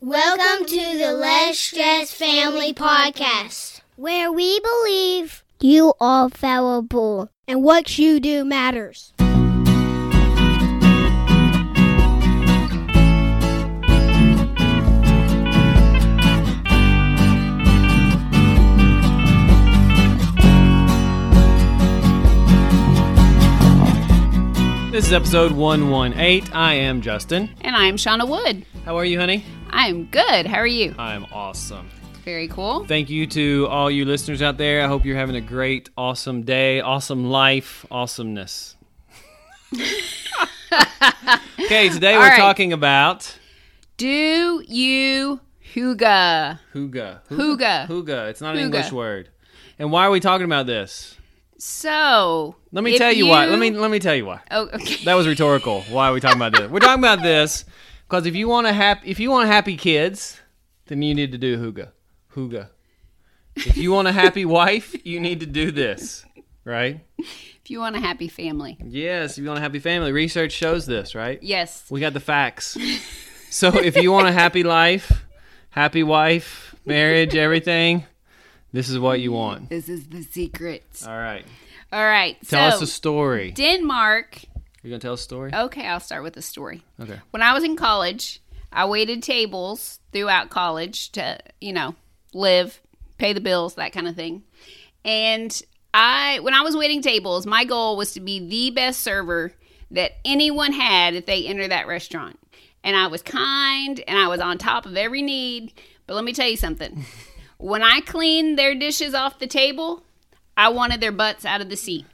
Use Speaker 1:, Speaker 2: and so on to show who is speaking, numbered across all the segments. Speaker 1: Welcome to the Less Stress Family Podcast, where we believe you are fallible and what you do matters.
Speaker 2: This is episode 118. I am Justin.
Speaker 3: And I'm Shauna Wood.
Speaker 2: How are you, honey?
Speaker 3: I'm good. How are you?
Speaker 2: I'm awesome.
Speaker 3: Very cool.
Speaker 2: Thank you to all you listeners out there. I hope you're having a great, awesome day, awesome life, awesomeness. okay, today
Speaker 3: All
Speaker 2: we're
Speaker 3: right.
Speaker 2: talking about
Speaker 3: Do you hygge?
Speaker 2: huga.
Speaker 3: Huga.
Speaker 2: Huga. It's not an
Speaker 3: Huga.
Speaker 2: English word. And why are we talking about this?
Speaker 3: So
Speaker 2: Let me
Speaker 3: if
Speaker 2: tell you, why. Let me let me tell you why.
Speaker 3: Oh, okay.
Speaker 2: That was rhetorical. Why are we talking about this? We're talking about this because if you want to happy if you want happy kids, then you need to do huga, huga. If you want a happy wife, you need to do this, right?
Speaker 3: if you want a happy family,
Speaker 2: Yes, if you want a happy family, research shows this, right?
Speaker 3: yes.
Speaker 2: We got the facts. So if you want a happy life, happy wife, marriage, everything, this is what you want.
Speaker 3: This is the secret.
Speaker 2: All right.
Speaker 3: All right.
Speaker 2: Tell
Speaker 3: so
Speaker 2: us a story.
Speaker 3: Denmark.
Speaker 2: You gonna tell a story?
Speaker 3: Okay, I'll start with a story.
Speaker 2: Okay.
Speaker 3: When I was in college, I waited tables throughout college to, you know, live, pay the bills, that kind of thing. And I, when I was waiting tables, my goal was to be the best server that anyone had if they enter that restaurant. And I was kind and I was on top of every need. But let me tell you something when I cleaned their dishes off the table, I wanted their butts out of the seat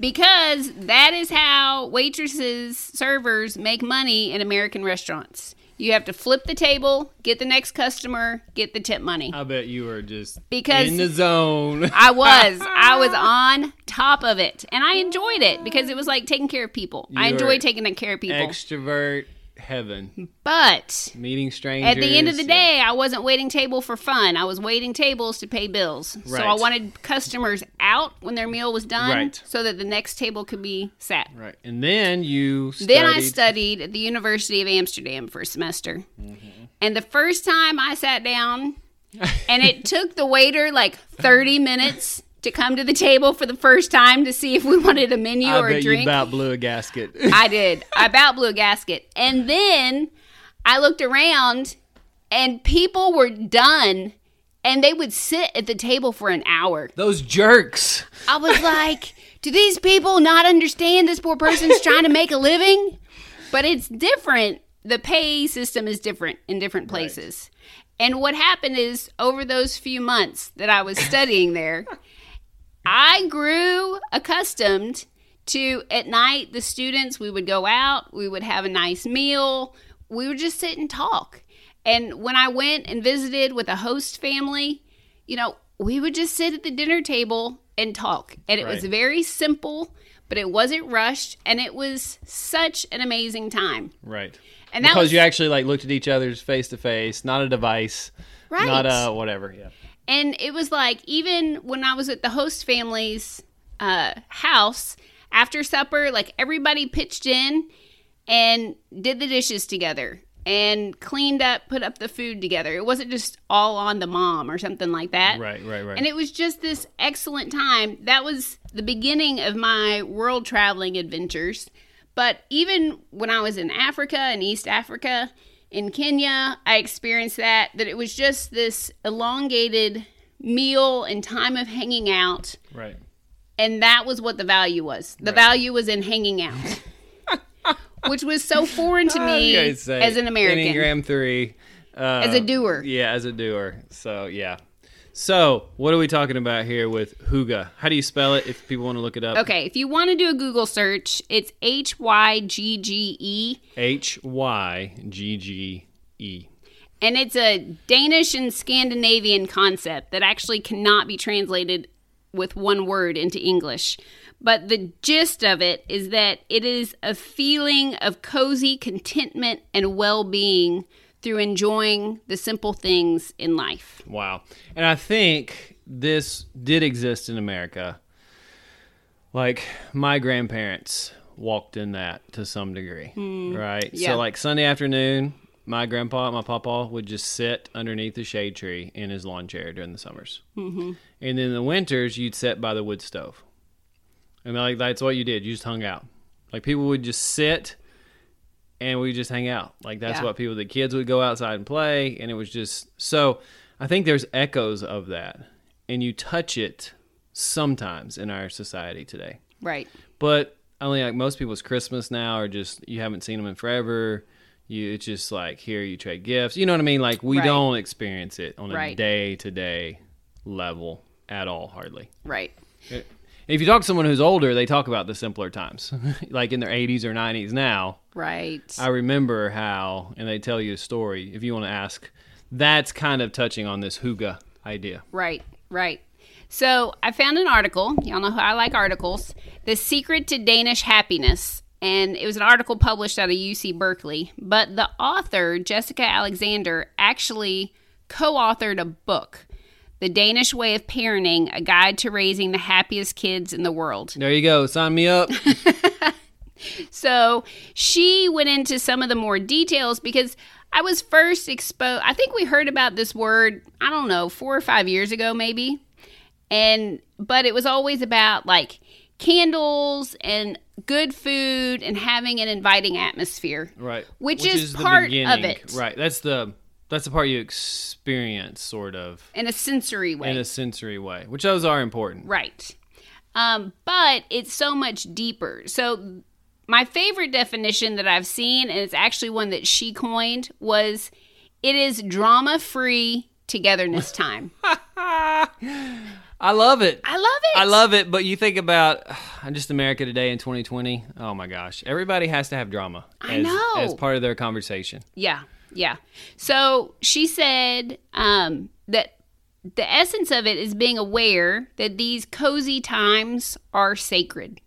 Speaker 3: because that is how waitresses, servers make money in American restaurants. You have to flip the table, get the next customer, get the tip money.
Speaker 2: I bet you were just
Speaker 3: Because-
Speaker 2: in the zone.
Speaker 3: I was, I was on top of it, and I enjoyed it because it was like taking care of people. I
Speaker 2: You
Speaker 3: enjoy
Speaker 2: are
Speaker 3: taking care of people,
Speaker 2: extrovert heaven
Speaker 3: but
Speaker 2: meeting strangers
Speaker 3: at the end of the
Speaker 2: yeah.
Speaker 3: day, I wasn't waiting table for fun. I was waiting tables to pay bills. So
Speaker 2: Right.
Speaker 3: I wanted customers out when their meal was done,
Speaker 2: Right.
Speaker 3: so that the next table could be sat.
Speaker 2: right and then you studied,
Speaker 3: Then I studied at the University of Amsterdam for a semester.
Speaker 2: Mm-hmm.
Speaker 3: And the first time I sat down, and it took the waiter like 30 minutes to come to the table for the first time to see if we wanted a menu
Speaker 2: I
Speaker 3: or
Speaker 2: bet
Speaker 3: a drink.
Speaker 2: you about blew a gasket
Speaker 3: I did. I about blew a gasket. And then I looked around and people were done and they would sit at the table for an hour.
Speaker 2: those jerks
Speaker 3: I was like, do these people not understand this poor person's trying to make a living? But it's different. The pay system is different in different places. And what happened is over those few months that I was studying there, I grew accustomed to at night the students we would go out, we would have a nice meal, we would just sit and talk. And when I went and visited with a host family, you know, we would just sit at the dinner table and talk. And it was
Speaker 2: Right.
Speaker 3: very simple, but it wasn't rushed and it was such an amazing time.
Speaker 2: right
Speaker 3: And that
Speaker 2: because
Speaker 3: was
Speaker 2: you actually like looked at each other's face to face not a device
Speaker 3: right.
Speaker 2: not a whatever yeah
Speaker 3: And it was like, even when I was at the host family's uh, house after supper, like everybody pitched in and did the dishes together and cleaned up, put up the food together. It wasn't just all on the mom or something like that.
Speaker 2: right right right
Speaker 3: And it was just this excellent time. That was the beginning of my world traveling adventures. But even when I was in Africa, in East Africa, in Kenya, I experienced that, that it was just this elongated meal and time of hanging out.
Speaker 2: right
Speaker 3: And that was what the value was. The value was in hanging out, which was so foreign to me
Speaker 2: I was gonna say,
Speaker 3: as an American,
Speaker 2: enneagram three uh,
Speaker 3: as a doer.
Speaker 2: yeah as a doer so yeah so what are we talking about here with huga how do you spell it if people want to look it up
Speaker 3: Okay, if you want to do a Google search, it's H Y G G E.
Speaker 2: H Y G G E.
Speaker 3: And it's a Danish and Scandinavian concept that actually cannot be translated with one word into English. But the gist of it is that it is a feeling of cozy contentment and well being through enjoying the simple things in life.
Speaker 2: Wow. And I think this did exist in America. Like my grandparents walked in that to some degree, right?
Speaker 3: yeah.
Speaker 2: So like Sunday afternoon, my grandpa, my papa would just sit underneath the shade tree in his lawn chair during the summers, mm-hmm. and then the winters you'd sit by the wood stove, and like that's what you did. You just hung out. Like people would just sit, and we just hang out. Like that's
Speaker 3: Yeah.
Speaker 2: what people, the kids would go outside and play, and it was just so. I think there's echoes of that, and you touch it sometimes in our society today
Speaker 3: Right.
Speaker 2: but I mean, like most people's Christmas now are just you haven't seen them in forever. You it's just like here you trade gifts. You know what I mean? Like we
Speaker 3: Right.
Speaker 2: don't experience it on a
Speaker 3: Right.
Speaker 2: day to day level at all, hardly.
Speaker 3: Right.
Speaker 2: If you talk to someone who's older, they talk about the simpler times, like in their 80s or 90s now.
Speaker 3: Right.
Speaker 2: I remember how, and they tell you a story if you want to ask. That's kind of touching on this huga idea.
Speaker 3: Right, right. So I found an article. Y'all know I like articles. The Secret to Danish Happiness. And it was an article published out of UC Berkeley. But the author, Jessica Alexander, actually co authored a book, The Danish Way of Parenting A Guide to Raising the Happiest Kids in the World.
Speaker 2: There you go. Sign me up.
Speaker 3: So she went into some of the more details because I was first exposed. I think we heard about this word, I don't know, four or five years ago, maybe. And, but it was always about like candles and good food and having an inviting atmosphere.
Speaker 2: right
Speaker 3: Which is part of
Speaker 2: beginning.
Speaker 3: it.
Speaker 2: right that's the that's the part you experience sort of
Speaker 3: In a sensory way.
Speaker 2: in a sensory way which those are important
Speaker 3: Right. Um, but it's so much deeper. So, my favorite definition that I've seen, and it's actually one that she coined, was it is drama free togetherness time.
Speaker 2: i love it
Speaker 3: I love it.
Speaker 2: I love it, but you think about just America today in 2020. Oh my gosh, everybody has to have drama
Speaker 3: I
Speaker 2: as,
Speaker 3: know.
Speaker 2: as part of their conversation.
Speaker 3: Yeah, yeah. So she said um, that the essence of it is being aware that these cozy times are sacred,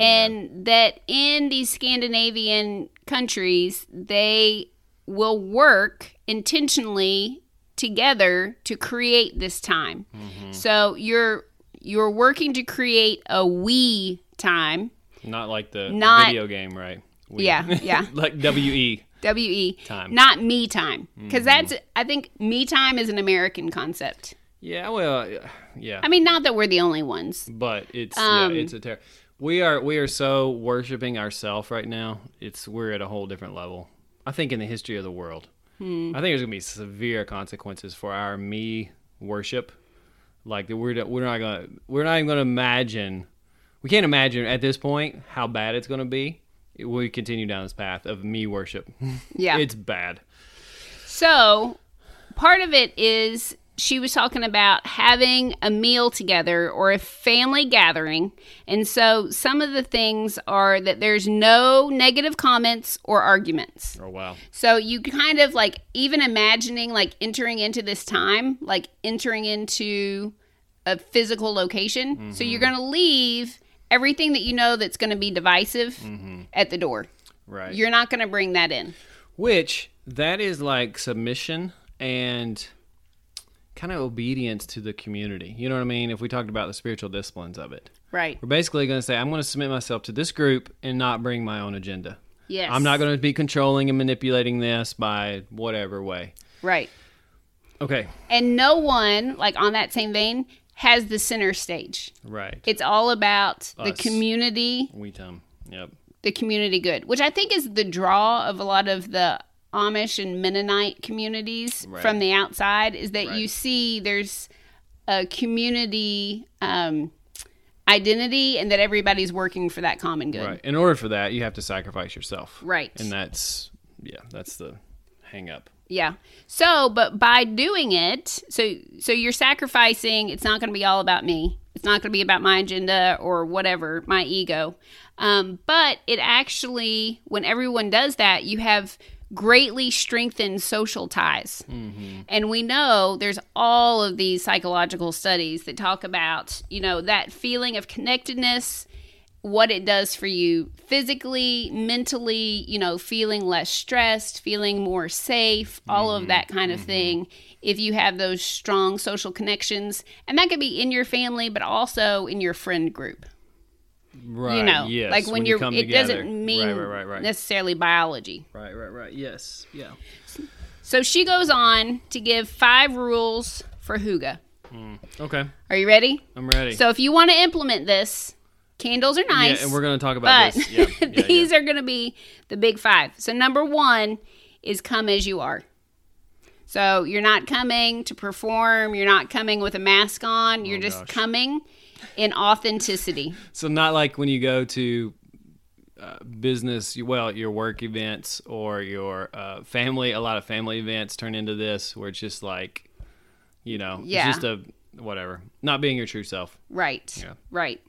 Speaker 3: and that in these Scandinavian countries they will work intentionally together to create this time. So you're you're working to create a we time.
Speaker 2: Not like the
Speaker 3: Not-
Speaker 2: video game, right? We-
Speaker 3: Yeah, yeah.
Speaker 2: like we.
Speaker 3: W E
Speaker 2: Time.
Speaker 3: not me time, because that's I think me time is an American concept.
Speaker 2: Yeah, well, yeah.
Speaker 3: I mean, not that we're the only ones.
Speaker 2: but it's
Speaker 3: Um,
Speaker 2: yeah, it's a terror. We are we are so worshiping ourself right now. It's we're at a whole different level. I think in the history of the world,
Speaker 3: Hmm.
Speaker 2: I think there's gonna be severe consequences for our me worship. Like that we're we're not gonna we're not even gonna imagine. We can't imagine at this point how bad it's gonna be. if We continue down this path of me worship.
Speaker 3: Yeah.
Speaker 2: it's bad.
Speaker 3: so part of it is she was talking about having a meal together or a family gathering, and so some of the things are that there's no negative comments or arguments.
Speaker 2: Oh wow.
Speaker 3: So you kind of like even imagining like entering into this time, like entering into a physical location. So you're
Speaker 2: Mm-hmm.
Speaker 3: going to leave everything that you know that's going to be divisive at the door.
Speaker 2: Mm-hmm. Right.
Speaker 3: You're not going to bring that in.
Speaker 2: Which that is like submission and kind of obedience to the community. You know what I mean? If we talked about the spiritual disciplines of it,
Speaker 3: Right.
Speaker 2: we're basically going to say, I'm going to submit myself to this group and not bring my own agenda.
Speaker 3: Yes.
Speaker 2: I'm not going to be controlling and manipulating this by whatever way.
Speaker 3: Right.
Speaker 2: Okay.
Speaker 3: And no one, like on that same vein, has the center stage.
Speaker 2: Right.
Speaker 3: It's all about the
Speaker 2: Us.
Speaker 3: community
Speaker 2: We Tom. Yep.
Speaker 3: the community good, which I think is the draw of a lot of the Amish and Mennonite communities
Speaker 2: Right.
Speaker 3: from the outside is that you
Speaker 2: Right.
Speaker 3: see there's a community um, identity and that everybody's working for that common good.
Speaker 2: Right. In order for that, you have to sacrifice yourself.
Speaker 3: Right.
Speaker 2: And that's, yeah, that's the hang up.
Speaker 3: Yeah. So, but by doing it, so so you're sacrificing. It's not going to be all about me. It's not going to be about my agenda or whatever my ego. Um, but it actually, when everyone does that, you have greatly strengthened social ties. And we know there's all of these psychological studies that talk about, you know, that feeling of connectedness, what it does for you physically, mentally, you know, feeling less stressed, feeling more safe, all
Speaker 2: Mm-hmm.
Speaker 3: of that kind of thing. If you have those strong social connections, and that could be in your family, but also in your friend group.
Speaker 2: Right.
Speaker 3: you know,
Speaker 2: yes,
Speaker 3: like when,
Speaker 2: you
Speaker 3: you're,
Speaker 2: come
Speaker 3: it
Speaker 2: together.
Speaker 3: doesn't mean
Speaker 2: Right, right, right, right.
Speaker 3: necessarily biology.
Speaker 2: right, right, right. Yes. Yeah.
Speaker 3: So she goes on to give five rules for huga.
Speaker 2: Okay.
Speaker 3: Are you ready?
Speaker 2: I'm ready.
Speaker 3: So if you want to implement this, candles are nice.
Speaker 2: yeah, and we're gonna talk about
Speaker 3: but
Speaker 2: this. Yeah, yeah, yeah.
Speaker 3: these are going to be the big five. So number one is come as you are. So you're not coming to perform. You're not coming with a mask on. You're just
Speaker 2: Oh, gosh.
Speaker 3: coming in authenticity.
Speaker 2: So not like when you go to uh, business, well, your work events or your uh, family. A lot of family events turn into this, where it's just like, you know,
Speaker 3: Yeah.
Speaker 2: it's just a whatever, not being your true self.
Speaker 3: Right.
Speaker 2: Yeah.
Speaker 3: Right.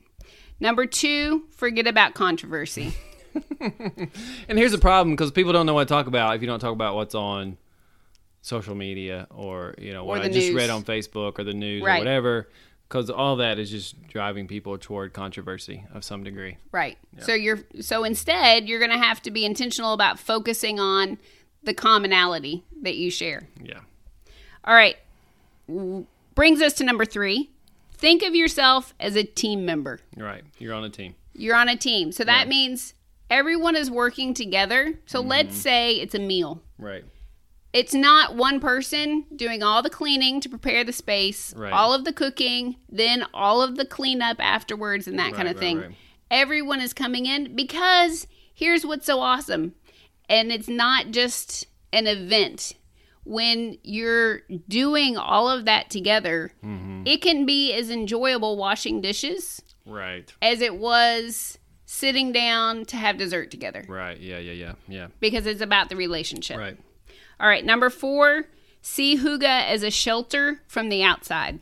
Speaker 3: Number two, forget about controversy.
Speaker 2: And here's the problem because people don't know what to talk about if you don't talk about what's on social media or you know what
Speaker 3: Or
Speaker 2: I
Speaker 3: the
Speaker 2: just
Speaker 3: news.
Speaker 2: read on Facebook or the news
Speaker 3: Right.
Speaker 2: or whatever. Because all that is just driving people toward controversy of some degree.
Speaker 3: Right. So you're so instead you're going to have to be intentional about focusing on the commonality that you share.
Speaker 2: Yeah.
Speaker 3: All right. W- Brings us to number 3. Think of yourself as a team member.
Speaker 2: You're right. You're on a team.
Speaker 3: You're on a team. So that means everyone is working together. So let's say it's a meal.
Speaker 2: Right.
Speaker 3: It's not one person doing all the cleaning to prepare the space,
Speaker 2: Right.
Speaker 3: all of the cooking, then all of the cleanup afterwards and that kind of
Speaker 2: right,
Speaker 3: thing.
Speaker 2: right.
Speaker 3: Everyone is coming in because here's what's so awesome. And it's not just an event. When you're doing all of that together,
Speaker 2: Mm-hmm.
Speaker 3: it can be as enjoyable washing dishes
Speaker 2: Right.
Speaker 3: as it was sitting down to have dessert together
Speaker 2: Right. Yeah. Yeah. Yeah. Yeah.
Speaker 3: because it's about the relationship.
Speaker 2: Right.
Speaker 3: All right, number four, see Huga as a shelter from the outside.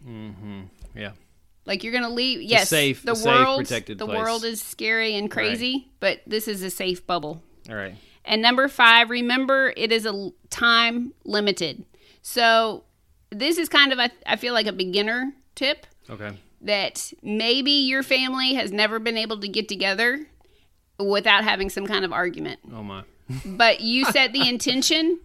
Speaker 2: Yeah.
Speaker 3: Like you're gonna leave. Yes,
Speaker 2: safe-
Speaker 3: the
Speaker 2: a safe,
Speaker 3: world,
Speaker 2: protected
Speaker 3: the
Speaker 2: place.
Speaker 3: world is scary and crazy, but this is a safe bubble.
Speaker 2: All right.
Speaker 3: And number five, remember it is a l- time limited. So this is kind of a, I feel like a beginner tip
Speaker 2: Okay.
Speaker 3: that maybe your family has never been able to get together without having some kind of argument
Speaker 2: Oh my.
Speaker 3: but you set the intention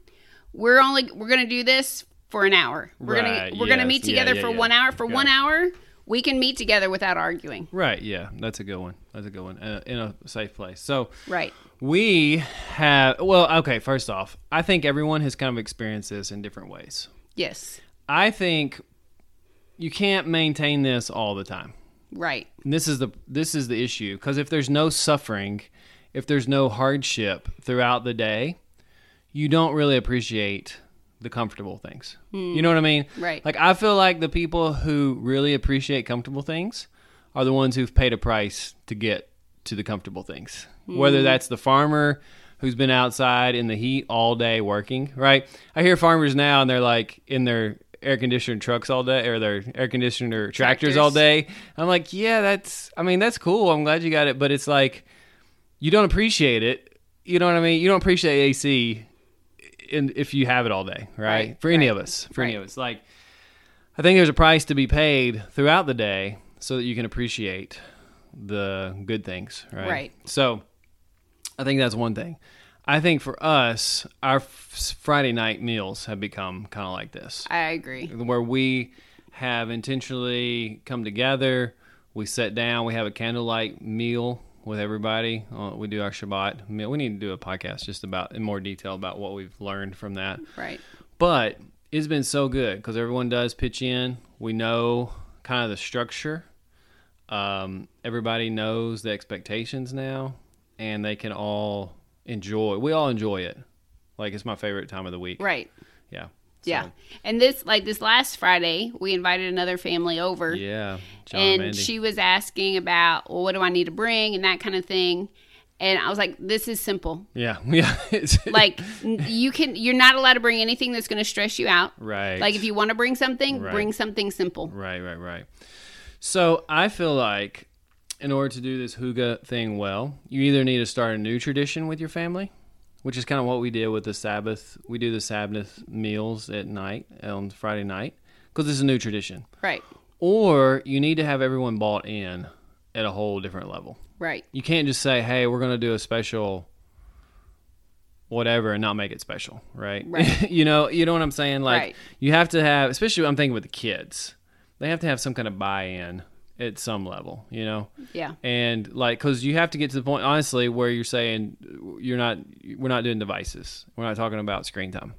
Speaker 3: we're only we're gonna do this for an hour we're
Speaker 2: Right,
Speaker 3: gonna we're gonna
Speaker 2: yes,
Speaker 3: meet
Speaker 2: yeah,
Speaker 3: together
Speaker 2: yeah,
Speaker 3: for
Speaker 2: yeah.
Speaker 3: one hour for
Speaker 2: Got
Speaker 3: one
Speaker 2: it.
Speaker 3: hour we can meet together without arguing
Speaker 2: Right. Yeah. That's a good one. That's a good one. Uh, in a safe place. So
Speaker 3: right
Speaker 2: we have. Well, okay. First off, I think everyone has kind of experienced this in different ways.
Speaker 3: yes
Speaker 2: I think you can't maintain this all the time.
Speaker 3: right
Speaker 2: And this is the this is the issue because if there's no suffering, if there's no hardship throughout the day, you don't really appreciate the comfortable things. You know what I mean?
Speaker 3: Hmm. Right.
Speaker 2: Like I feel like the people who really appreciate comfortable things are the ones who've paid a price to get to the comfortable things.
Speaker 3: Hmm.
Speaker 2: Whether that's the farmer who's been outside in the heat all day working, right? I hear farmers now and they're like in their air conditioned trucks all day or their air conditioner tractors all
Speaker 3: Tractors.
Speaker 2: day. I'm like, yeah, that's I mean, that's cool. I'm glad you got it, but it's like you don't appreciate it. You know what I mean? You don't appreciate AC in, if you have it all day, right?
Speaker 3: Right,
Speaker 2: for any of us, for any
Speaker 3: right.
Speaker 2: of us. Like, I think there's a price to be paid throughout the day so that you can appreciate the good things, right?
Speaker 3: Right.
Speaker 2: So, I think that's one thing. I think for us, our f- Friday night meals have become kind of like this
Speaker 3: i agree
Speaker 2: where we have intentionally come together. We sit down. We have a candlelight meal with everybody. Uh, we do our Shabbat meal. We need to do a podcast just about in more detail about what we've learned from that.
Speaker 3: right
Speaker 2: But it's been so good because everyone does pitch in. We know kind of the structure. Um, everybody knows the expectations now, and they can all enjoy. We all enjoy it. Like it's my favorite time of the week.
Speaker 3: right
Speaker 2: Yeah.
Speaker 3: yeah
Speaker 2: So,
Speaker 3: and this like this last friday we invited another family over
Speaker 2: yeah. John
Speaker 3: and
Speaker 2: Mandy.
Speaker 3: she was asking about well what do i need to bring and that kind of thing and i was like this is simple
Speaker 2: Yeah, yeah. It's,
Speaker 3: like n- you can you're not allowed to bring anything that's going to stress you out
Speaker 2: right,
Speaker 3: Like if you want to bring something,
Speaker 2: Right.
Speaker 3: bring something simple.
Speaker 2: right, right, right. So I feel like in order to do this huga thing well, you either need to start a new tradition with your family, which is kind of what we did with the Sabbath. We do the Sabbath meals at night on Friday night because it's a new tradition.
Speaker 3: Right.
Speaker 2: Or you need to have everyone bought in at a whole different level.
Speaker 3: Right.
Speaker 2: You can't just say, "Hey, we're going to do a special whatever" and not make it special, right?
Speaker 3: Right.
Speaker 2: you know, you know what I'm saying? Like
Speaker 3: Right.
Speaker 2: you have to have, especially I'm thinking with the kids. They have to have some kind of buy-in at some level, you know?
Speaker 3: Yeah.
Speaker 2: and like because you have to get to the point honestly where you're saying you're not we're not doing devices we're not talking about screen time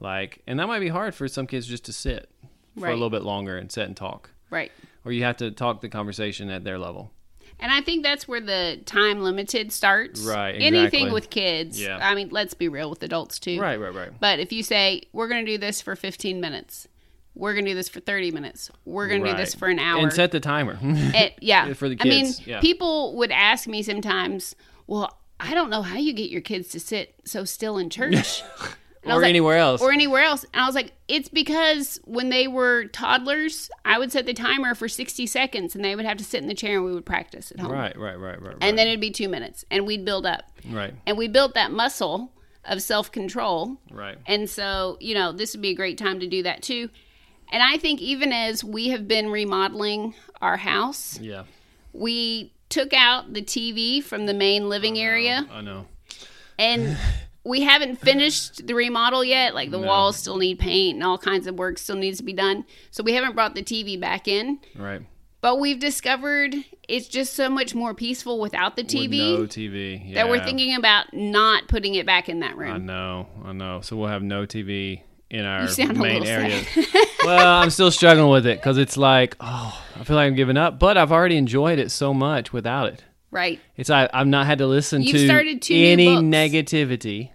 Speaker 2: like and that might be hard for some kids just to sit for
Speaker 3: Right.
Speaker 2: a little bit longer and sit and talk
Speaker 3: Right.
Speaker 2: or you have to talk the conversation at their level
Speaker 3: And I think that's where the time limited starts.
Speaker 2: Right, exactly.
Speaker 3: Anything with kids.
Speaker 2: Yeah.
Speaker 3: I mean, let's be real with adults too.
Speaker 2: right right right
Speaker 3: But if you say, we're going to do this for 15 minutes, we're going to do this for 30 minutes, we're going to do this
Speaker 2: Right.
Speaker 3: for an hour.
Speaker 2: and set the timer
Speaker 3: It- yeah.
Speaker 2: For the
Speaker 3: I mean,
Speaker 2: kids, yeah.
Speaker 3: people would ask me sometimes, well, I don't know how you get your kids to sit so still in church. And I
Speaker 2: or
Speaker 3: was like,
Speaker 2: anywhere else
Speaker 3: or anywhere else. And I was like, it's because when they were toddlers, I would set the timer for 60 seconds and they would have to sit in the chair and we would practice at home.
Speaker 2: right right right right
Speaker 3: And then it'd be two minutes and we'd build up.
Speaker 2: right
Speaker 3: And we built that muscle of self control.
Speaker 2: right
Speaker 3: And so, you know, this would be a great time to do that too. And I think even as we have been remodeling our house,
Speaker 2: yeah
Speaker 3: we took out the TV from the main living area
Speaker 2: i know
Speaker 3: and we haven't finished the remodel yet. Like the walls still need paint and all kinds of work still needs to be done. So we haven't brought the TV back in.
Speaker 2: right
Speaker 3: But we've discovered it's just so much more peaceful without the
Speaker 2: With
Speaker 3: TV
Speaker 2: no tv yeah.
Speaker 3: that we're thinking about not putting it back in that
Speaker 2: I
Speaker 3: room.
Speaker 2: know, I know. So we'll have no TV in our
Speaker 3: sound a
Speaker 2: main
Speaker 3: little
Speaker 2: area. well, I'm still struggling with it because it's like, oh, I feel like I'm giving up, but I've already enjoyed it so much without it.
Speaker 3: Right.
Speaker 2: It's I, I've not had to listen
Speaker 3: You've
Speaker 2: to
Speaker 3: started two new
Speaker 2: any
Speaker 3: books.
Speaker 2: negativity,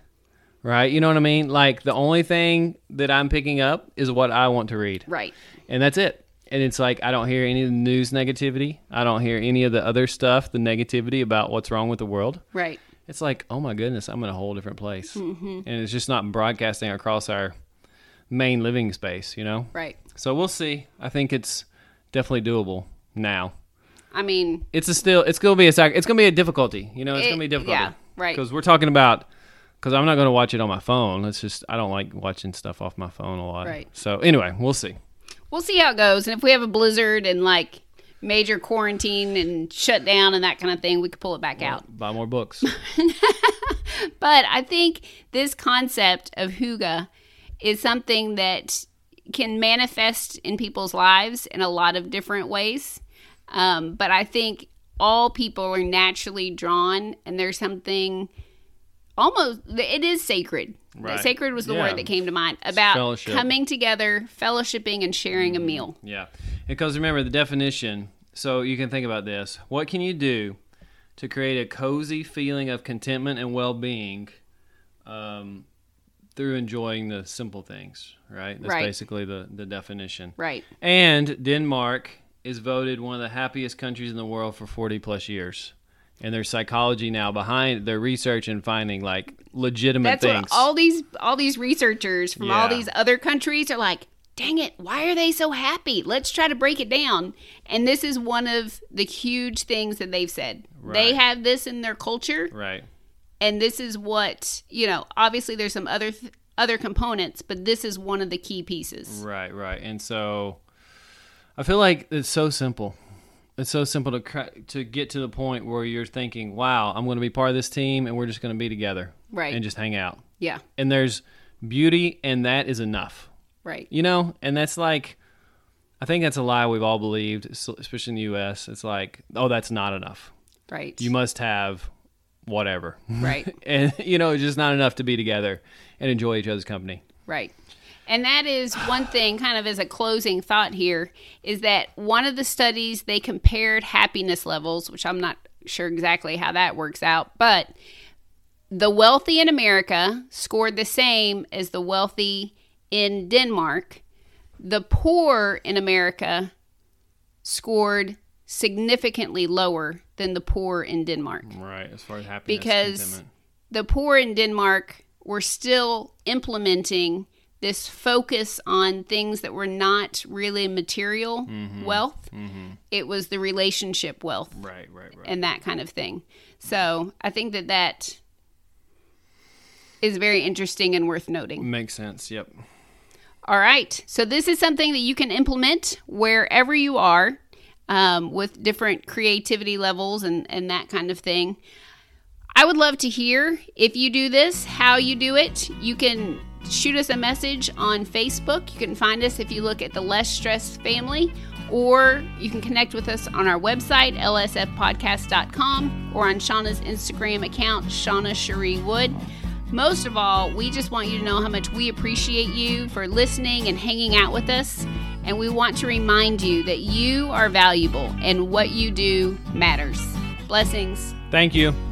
Speaker 2: right? You know what I mean? Like the only thing that I'm picking up is what I want to read,
Speaker 3: Right.
Speaker 2: and that's it. And it's like I don't hear any of the news negativity. I don't hear any of the other stuff, the negativity about what's wrong with the world
Speaker 3: Right.
Speaker 2: it's like oh my goodness i'm in a whole different place
Speaker 3: Mm-hmm.
Speaker 2: and it's just not broadcasting across our main living space you know
Speaker 3: Right.
Speaker 2: so we'll see i think it's definitely doable now
Speaker 3: I mean,
Speaker 2: it's a still it's gonna be a sac- it's gonna be a difficulty you know it's
Speaker 3: It-
Speaker 2: gonna be a difficulty
Speaker 3: yeah, right.
Speaker 2: because we're talking about because i'm not gonna watch it on my phone it's just i don't like watching stuff off my phone a lot
Speaker 3: Right.
Speaker 2: so anyway we'll see
Speaker 3: we'll see how it goes. And if we have a blizzard and like major quarantine and shutdown and that kind of thing, we could pull it back out.
Speaker 2: buy more books
Speaker 3: But I think this concept of huga is something that can manifest in people's lives in a lot of different ways. Um, but I think all people are naturally drawn, and there's something almost it is sacred.
Speaker 2: Right.
Speaker 3: Sacred was the
Speaker 2: Yeah.
Speaker 3: word that came to mind about
Speaker 2: fellowship.
Speaker 3: coming together, fellowshipping, and sharing
Speaker 2: Mm.
Speaker 3: a meal.
Speaker 2: Yeah. Because remember the definition. So you can think about this. What can you do to create a cozy feeling of contentment and well being um, through enjoying the simple things, right? That's
Speaker 3: Right.
Speaker 2: basically the, the definition.
Speaker 3: Right.
Speaker 2: And Denmark is voted one of the happiest countries in the world for 40 plus years. And their psychology now behind their research and finding like legitimate
Speaker 3: That's
Speaker 2: things.
Speaker 3: what all these all these researchers from all
Speaker 2: Yeah.
Speaker 3: these other countries are like. Dang it! Why are they so happy? Let's try to break it down. And this is one of the huge things that they've said. They
Speaker 2: Right.
Speaker 3: have this in their culture,
Speaker 2: right.
Speaker 3: and this is what you know. Obviously, there's some other th- other components, but this is one of the key pieces.
Speaker 2: Right, right. And so I feel like it's so simple. It's so simple to cra- to get to the point where you're thinking, "Wow, I'm going to be part of this team and we're just going to be together
Speaker 3: Right.
Speaker 2: and just hang out."
Speaker 3: Yeah,
Speaker 2: And there's beauty and that is enough.
Speaker 3: right,
Speaker 2: You know, and that's like I think that's a lie we've all believed, es- especially in the US. It's like, "Oh, that's not enough.
Speaker 3: right,
Speaker 2: You must have whatever."
Speaker 3: right,
Speaker 2: and you know, it's just not enough to be together and enjoy each other's company.
Speaker 3: right. And that is one thing, kind of as a closing thought here, is that one of the studies they compared happiness levels, which I'm not sure exactly how that works out, but the wealthy in America scored the same as the wealthy in Denmark. The poor in America scored significantly lower than the poor in Denmark
Speaker 2: Right, as far as happiness
Speaker 3: because the poor in Denmark were still implementing this focus on things that were not really material wealth. It was the relationship wealth
Speaker 2: Right, right, right.
Speaker 3: and that kind of thing. So I think that that is very interesting and worth noting.
Speaker 2: Makes sense. Yep.
Speaker 3: All right. So this is something that you can implement wherever you are um, with different creativity levels and, and that kind of thing. I would love to hear if you do this, how you do it. You can shoot us a message on Facebook. You can find us if you look at the Less Stress Family, or you can connect with us on our website, lsfpodcast.com, or on Shauna's Instagram account, Shauna Cherie Wood. Most of all, we just want you to know how much we appreciate you for listening and hanging out with us. And we want to remind you that you are valuable and what you do matters. Blessings.
Speaker 2: Thank you.